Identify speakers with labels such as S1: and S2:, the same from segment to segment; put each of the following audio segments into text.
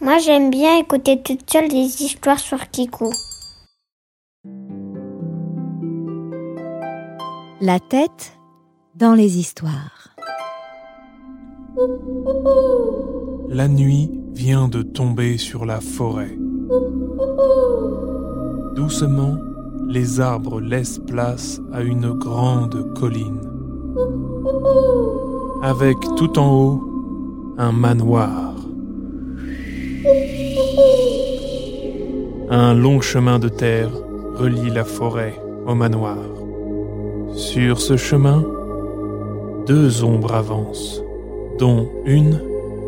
S1: Moi, j'aime bien écouter toute seule des histoires sur Kikou.
S2: La tête dans les histoires.
S3: La nuit vient de tomber sur la forêt. Doucement, les arbres laissent place à une grande colline. Avec tout en haut, un manoir. Un long chemin de terre relie la forêt au manoir. Sur ce chemin, deux ombres avancent, dont une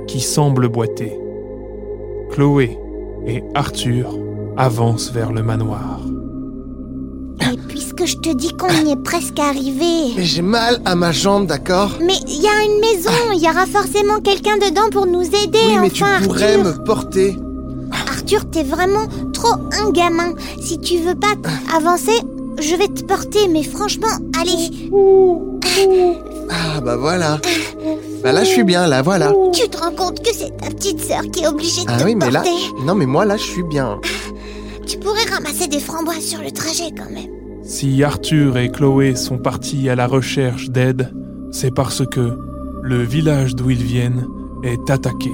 S3: qui semble boiter. Chloé et Arthur avancent vers le manoir.
S4: Et puisque je te dis qu'on y est presque arrivé.
S5: Mais j'ai mal à ma jambe, d'accord
S4: Mais il y a une maison, il y aura forcément quelqu'un dedans pour nous aider,
S5: Oui, mais
S4: enfin,
S5: tu pourrais
S4: Arthur.
S5: me porter.
S4: Arthur, t'es vraiment trop un gamin. Si tu veux pas avancer, je vais te porter, mais franchement, allez,
S5: Ah bah voilà. Bah là, je suis bien, là, voilà.
S4: tu te rends compte que c'est ta petite sœur qui est obligée de
S5: Ah
S4: te
S5: oui, mais là...
S4: porter.
S5: Non, mais moi, là, je suis bien.
S4: Tu pourrais ramasser des framboises sur le trajet quand même.
S3: Si Arthur et Chloé sont partis à la recherche d'aide, c'est parce que le village d'où ils viennent est attaqué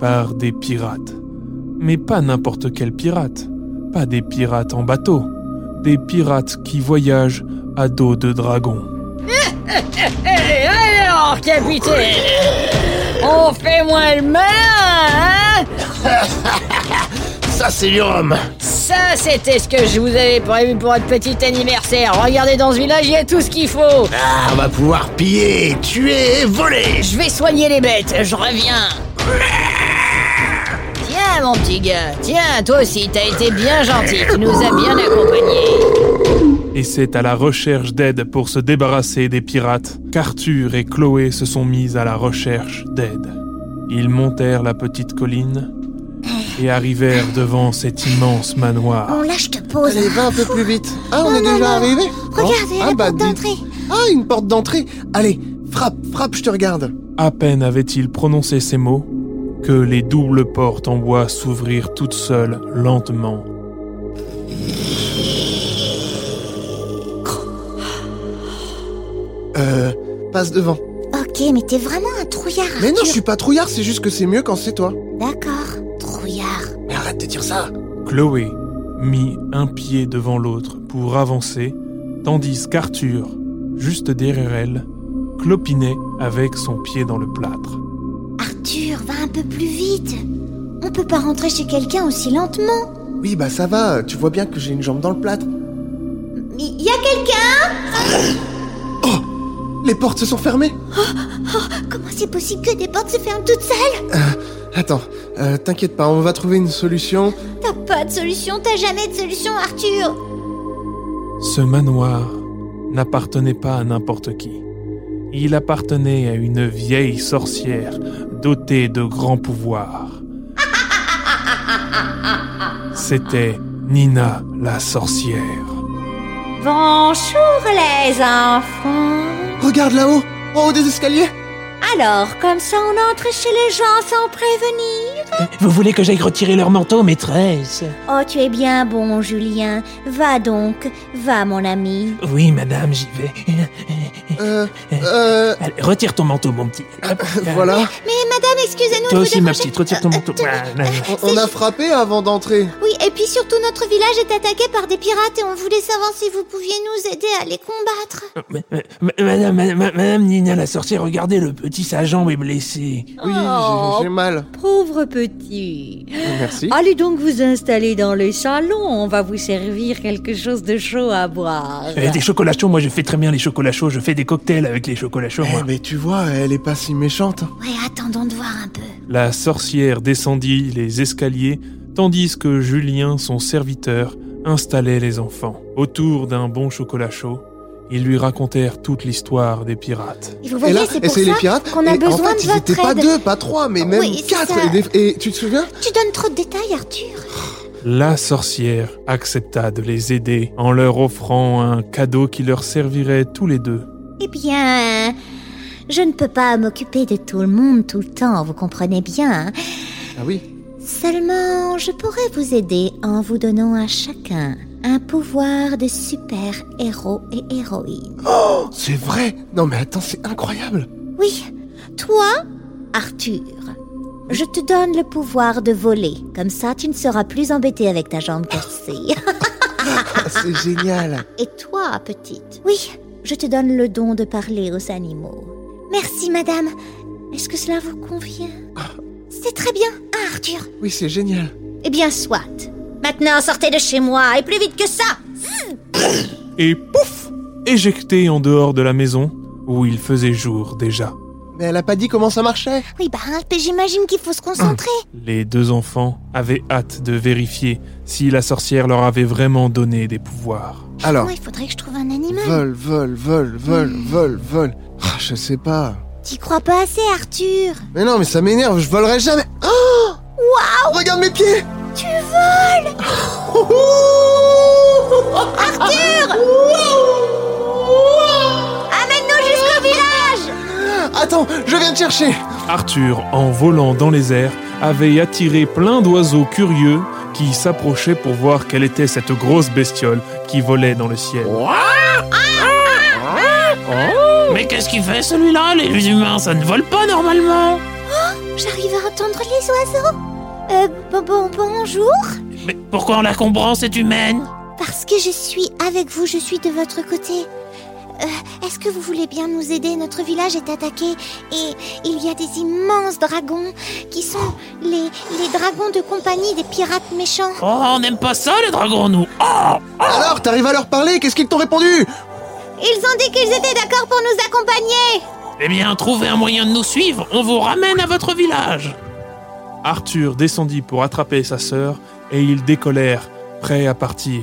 S3: par des pirates. Mais pas n'importe quels pirates, pas des pirates en bateau, des pirates qui voyagent à dos de dragon.
S6: Et alors, capitaine On fait moins le malin, hein
S5: Ça, c'est du rhum.
S6: Ça, c'était ce que je vous avais prévu pour votre petit anniversaire. Regardez, dans ce village, il y a tout ce qu'il faut.
S5: On va pouvoir piller, tuer et voler.
S6: Je vais soigner les bêtes, je reviens. Tiens, mon petit gars, tiens, toi aussi, t'as été bien gentil, tu nous as bien accompagnés.
S3: Et c'est à la recherche d'aide pour se débarrasser des pirates qu'Arthur et Chloé se sont mis à la recherche d'aide. Ils montèrent la petite colline et arrivèrent devant cet immense manoir.
S4: Bon, là, je te pose.
S5: Allez, va un peu plus vite. Ah, on
S4: Non,
S5: est
S4: non,
S5: déjà
S4: non.
S5: arrivé
S4: Regarde, il y a
S5: ah,
S4: la
S5: bah,
S4: porte
S5: dis-
S4: d'entrée.
S5: Ah, une porte d'entrée. Allez, frappe, frappe, je te regarde.
S3: À peine avait-il prononcé ces mots que les doubles portes en bois s'ouvrirent toutes seules lentement.
S5: Euh, passe devant.
S4: Ok, mais t'es vraiment un trouillard.
S5: Mais non,
S4: Arthur.
S5: je suis pas trouillard, c'est juste que c'est mieux quand c'est toi.
S4: D'accord, trouillard.
S5: Mais arrête de dire ça.
S3: Chloé mit un pied devant l'autre pour avancer, tandis qu'Arthur, juste derrière elle, clopinait avec son pied dans le plâtre.
S4: Arthur, va un peu plus vite. On peut pas rentrer chez quelqu'un aussi lentement.
S5: Oui, bah ça va, tu vois bien que j'ai une jambe dans le plâtre.
S4: Il y a quelqu'un
S5: Les portes se sont fermées.
S4: Comment c'est possible que des portes se ferment toutes seules
S5: Attends, euh, t'inquiète pas, on va trouver une solution.
S4: T'as pas de solution, t'as jamais de solution, Arthur.
S3: Ce manoir n'appartenait pas à n'importe qui. Il appartenait à une vieille sorcière dotée de grands pouvoirs. C'était Nina la sorcière.
S7: Bonjour les enfants.
S5: Regarde là-haut, en haut des escaliers.
S7: Alors, comme ça on entre chez les gens sans prévenir
S8: Vous voulez que j'aille retirer leur manteau, maîtresse
S7: Oh, tu es bien bon, Julien. Va donc, va mon ami.
S8: Oui, madame, j'y vais.
S5: Euh, euh,
S8: Allez, retire ton manteau, mon petit. Hop,
S5: voilà.
S4: Ah, Mais madame, excusez-nous.
S8: Toi
S4: nous
S8: aussi, ma
S4: dérangeons.
S8: petite, retire ton manteau. Voilà.
S5: On, on a frappé avant d'entrer.
S4: Oui, et puis surtout, notre village est attaqué par des pirates et on voulait savoir si vous pouviez nous aider à les combattre.
S8: Ma- ma- Euh, Madame, madame, madame Nina la sorcière, regardez le petit, sa jambe est blessée.
S5: Oui, j'ai-
S7: Oh.
S5: j'ai mal.
S7: Pauvre petit.
S5: Merci.
S7: Allez donc vous installer dans le salon, on va vous servir quelque chose de chaud à boire.
S8: Euh, des chocolats chauds, moi je fais très bien les chocolats chauds, je fais des cocktails avec les chocolats chauds. moi.
S5: Eh, mais tu vois, elle est pas si méchante.
S4: Ouais, attendons de voir un peu.
S3: La sorcière descendit les escaliers tandis que Julien, son serviteur, installait les enfants. Autour d'un bon chocolat chaud, ils lui racontèrent toute l'histoire des pirates.
S4: Et vous
S5: et
S4: voyez,
S5: là,
S4: c'est
S5: et
S4: pour ça
S5: les pirates.
S4: qu'on a
S5: et en
S4: besoin
S5: fait,
S4: de
S5: ils
S4: votre
S5: étaient pas
S4: aide.
S5: deux, pas trois, mais même
S4: Oui, c'est
S5: quatre.
S4: ça.
S5: Et, des- et tu te souviens
S4: Tu donnes trop de détails, Arthur.
S3: La sorcière accepta de les aider en leur offrant un cadeau qui leur servirait tous les deux.
S4: Eh bien, je ne peux pas m'occuper de tout le monde tout le temps, vous comprenez bien.
S5: Ah oui.
S4: Seulement, je pourrais vous aider en vous donnant à chacun un pouvoir de super-héros et héroïne.
S5: C'est vrai Non mais attends, c'est incroyable
S4: Oui, toi, Arthur, je te donne le pouvoir de voler. Comme ça, tu ne seras plus embêté avec ta jambe cassée.
S5: Ah, C'est génial
S4: Et toi, petite Oui, je te donne le don de parler aux animaux. Merci, madame. Est-ce que cela vous convient C'est très bien, hein, Arthur
S5: Oui, c'est génial
S4: Eh bien, soit. Maintenant, sortez de chez moi, et plus vite que ça
S3: Et pouf Éjecté en dehors de la maison, où il faisait jour déjà.
S5: Mais elle a pas dit comment ça marchait
S4: Oui, bah, j'imagine qu'il faut se concentrer.
S3: Les deux enfants avaient hâte de vérifier si la sorcière leur avait vraiment donné des pouvoirs.
S5: Alors,
S4: Moi, il faudrait que je trouve un animal.
S5: vol, vol, vol, vol,
S4: Hmm.
S5: vol, vol... Ah, je sais pas...
S4: T'y crois pas assez, Arthur
S5: Mais non, mais ça m'énerve, je volerai jamais Oh Waouh Regarde mes pieds
S4: Tu voles Arthur Amène-nous jusqu'au village
S5: Attends, je viens te chercher
S3: Arthur, en volant dans les airs, avait attiré plein d'oiseaux curieux qui s'approchaient pour voir quelle était cette grosse bestiole qui volait dans le ciel.
S8: Mais qu'est-ce qu'il fait celui-là Les humains, ça ne vole pas normalement
S4: J'arrive à entendre les oiseaux. Euh, bon, bon, bonjour.
S8: Mais pourquoi on la comprend, cette humaine
S4: Parce que je suis avec vous, je suis de votre côté. Euh, Est-ce que vous voulez bien nous aider Notre village est attaqué et il y a des immenses dragons qui sont les, les dragons de compagnie des pirates méchants.
S8: Oh, on n'aime pas ça, les dragons, nous Oh
S5: Alors, t'arrives à leur parler Qu'est-ce qu'ils t'ont répondu
S4: Ils ont dit qu'ils étaient d'accord pour nous accompagner.
S8: Eh bien, trouvez un moyen de nous suivre, on vous ramène à votre village
S3: Arthur descendit pour attraper sa sœur et ils décollèrent, prêts à partir.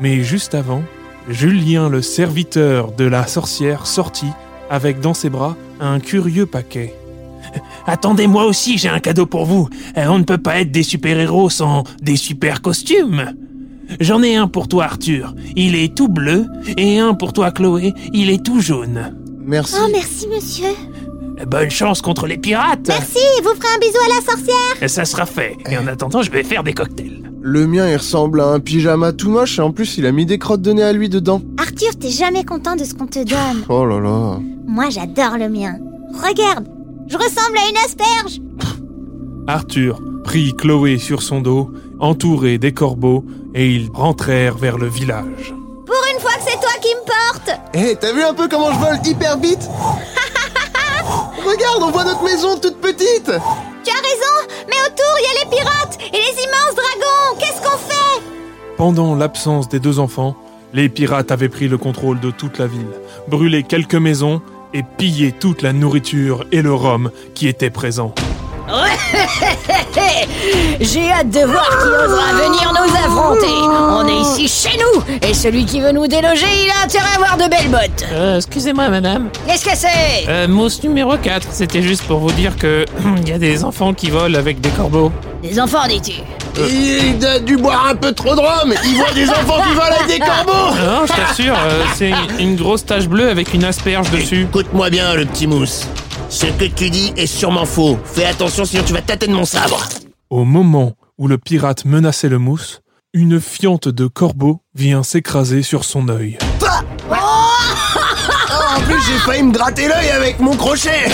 S3: Mais juste avant, Julien, le serviteur de la sorcière, sortit avec dans ses bras un curieux paquet.
S8: Attendez, moi aussi, j'ai un cadeau pour vous. Euh, On ne peut pas être des super-héros sans des super costumes. J'en ai un pour toi, Arthur. Il est tout bleu. Et un pour toi, Chloé. Il est tout jaune.
S5: Merci.
S4: Oh, merci, monsieur.
S8: Bonne chance contre les pirates.
S4: Merci, vous ferez un bisou à la sorcière.
S8: Ça sera fait. Et en attendant, je vais faire des cocktails.
S5: Le mien, il ressemble à un pyjama tout moche et en plus, il a mis des crottes de nez à lui dedans.
S4: Arthur, t'es jamais content de ce qu'on te donne.
S5: Oh là là.
S4: Moi, j'adore le mien. Regarde, je ressemble à une asperge.
S3: Arthur prit Chloé sur son dos, entouré des corbeaux, et ils rentrèrent vers le village.
S4: Pour une fois que c'est toi qui me porte.
S5: Eh, t'as vu un peu comment je vole hyper vite Regarde, on voit notre maison toute petite
S4: Tu as raison, mais autour, il y a les pirates et les immenses dragons. Qu'est-ce qu'on fait
S3: Pendant l'absence des deux enfants, les pirates avaient pris le contrôle de toute la ville, brûlé quelques maisons et pillé toute la nourriture et le rhum qui étaient présents.
S6: J'ai hâte de voir qui osera venir nous affronter. On est ici chez nous et celui qui veut nous déloger, il a intérêt à avoir de belles bottes.
S8: Euh, excusez-moi, madame. Euh,
S6: Qu'est-ce que c'est
S8: mousse numéro 4. C'était juste pour vous dire que il y a des enfants qui volent avec des corbeaux.
S6: Des enfants, dis-tu
S5: Il a dû boire un peu trop de rhum Il voit des enfants qui volent avec des corbeaux
S8: Non, je t'assure, euh, c'est une grosse tache bleue avec une asperge dessus.
S9: Écoute-moi bien, le petit mousse. Ce que tu dis est sûrement faux. Fais attention, sinon tu vas tâter de mon sabre.
S3: Au moment où le pirate menaçait le mousse, une fiente de corbeau vient s'écraser sur son œil.
S5: Ah, En plus, j'ai failli me gratter l'œil avec mon crochet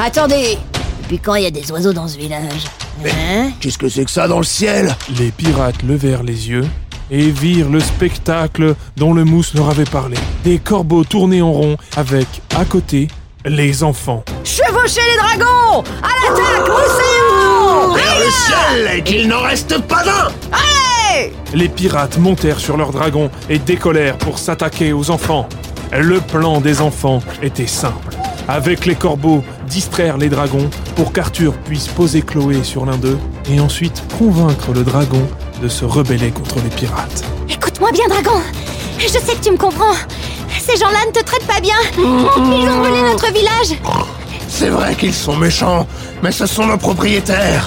S6: Attendez Depuis quand il y a des oiseaux dans ce village Hein
S5: Qu'est-ce que c'est que ça dans le ciel
S3: Les pirates levèrent les yeux et virent le spectacle dont le mousse leur avait parlé. Des corbeaux tournés en rond avec, à côté, les enfants.
S6: Chevauchez les dragons À l'attaque, mousséon
S9: Vers le ciel, Ah et qu'il n'en reste pas un
S3: Les pirates montèrent sur leurs dragons et décollèrent pour s'attaquer aux enfants. Le plan des enfants était simple. Avec les corbeaux, distraire les dragons pour qu'Arthur puisse poser Chloé sur l'un d'eux et ensuite convaincre le dragon de se rebeller contre les pirates.
S4: Écoute-moi bien, dragon. Je sais que tu me comprends. Ces gens-là ne te traitent pas bien. Ils ont volé notre village.
S5: C'est vrai qu'ils sont méchants, mais ce sont nos propriétaires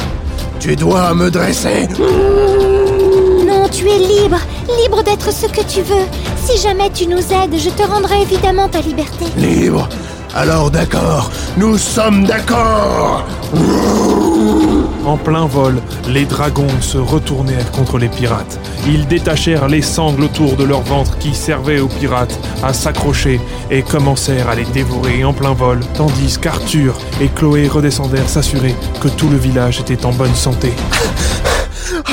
S5: Tu dois me dresser
S4: Non, tu es libre. Libre d'être ce que tu veux. Si jamais tu nous aides, je te rendrai évidemment ta liberté.
S5: Libre Alors d'accord, nous sommes d'accord
S3: En plein vol, les dragons se retournèrent contre les pirates. Ils détachèrent les sangles autour de leur ventre qui servaient aux pirates à s'accrocher et commencèrent à les dévorer en plein vol, tandis qu'Arthur et Chloé redescendèrent s'assurer que tout le village était en bonne santé.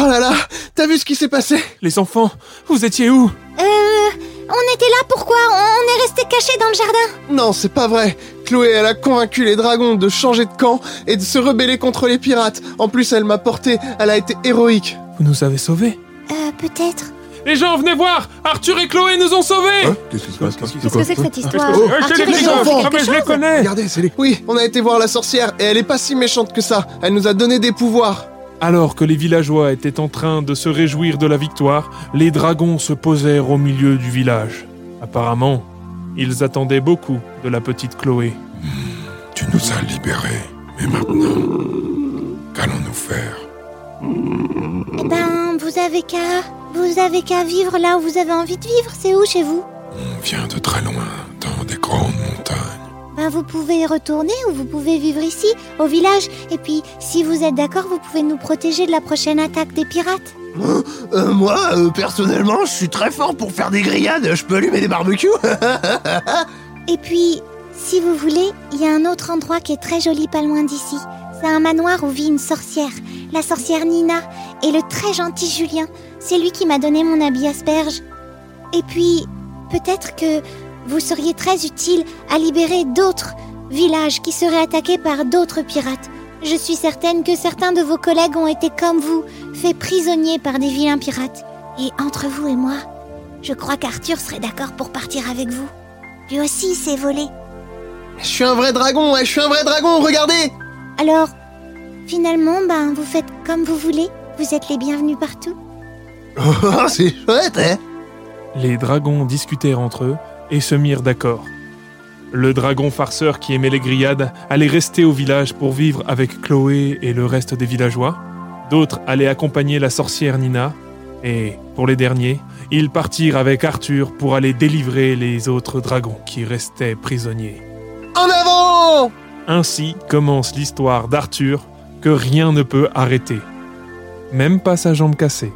S5: Oh là là, t'as vu ce qui s'est passé
S3: Les enfants, vous étiez où
S4: Euh. On était là pourquoi On est resté cachés dans le jardin
S5: Non, c'est pas vrai. Chloé, elle a convaincu les dragons de changer de camp et de se rebeller contre les pirates. En plus, elle m'a porté, elle a été héroïque.
S3: Vous nous avez sauvés
S4: Euh, peut-être.
S3: Les gens, venez voir Arthur et Chloé nous ont sauvés
S5: Hein Qu'est-ce qui se passe
S2: Qu'est-ce que c'est que cette histoire
S5: Oh,
S3: Euh, je
S2: Arthur
S3: les
S2: et
S3: connais,
S5: Chloé ont fait
S3: Ah, mais je les connais
S5: Regardez, c'est les... Oui, on a été voir la sorcière et elle est pas si méchante que ça. Elle nous a donné des pouvoirs.
S3: Alors que les villageois étaient en train de se réjouir de la victoire, les dragons se posèrent au milieu du village. Apparemment, ils attendaient beaucoup de la petite Chloé.
S10: Hmm, Tu nous as libérés. Mais maintenant, qu'allons-nous faire
S4: Eh ben, vous avez qu'à. Vous avez qu'à vivre là où vous avez envie de vivre. C'est où chez vous
S10: On vient de très loin, dans des grandes montagnes.
S4: Ben, vous pouvez y retourner ou vous pouvez vivre ici, au village. Et puis, si vous êtes d'accord, vous pouvez nous protéger de la prochaine attaque des pirates.
S5: Euh, moi, euh, personnellement, je suis très fort pour faire des grillades, je peux allumer des barbecues.
S4: Et puis, si vous voulez, il y a un autre endroit qui est très joli pas loin d'ici. C'est un manoir où vit une sorcière, la sorcière Nina, et le très gentil Julien. C'est lui qui m'a donné mon habit asperge. Et puis, peut-être que vous seriez très utile à libérer d'autres villages qui seraient attaqués par d'autres pirates. Je suis certaine que certains de vos collègues ont été comme vous, faits prisonniers par des vilains pirates. Et entre vous et moi, je crois qu'Arthur serait d'accord pour partir avec vous. Lui aussi il s'est volé.
S5: je suis un vrai dragon, ouais, je suis un vrai dragon, regardez
S4: Alors, finalement, ben, vous faites comme vous voulez. Vous êtes les bienvenus partout.
S5: Oh, c'est chouette, hein
S3: Les dragons discutèrent entre eux et se mirent d'accord. Le dragon farceur qui aimait les grillades allait rester au village pour vivre avec Chloé et le reste des villageois. D'autres allaient accompagner la sorcière Nina. Et, pour les derniers, ils partirent avec Arthur pour aller délivrer les autres dragons qui restaient prisonniers.
S5: En avant
S3: Ainsi commence l'histoire d'Arthur que rien ne peut arrêter. Même pas sa jambe cassée.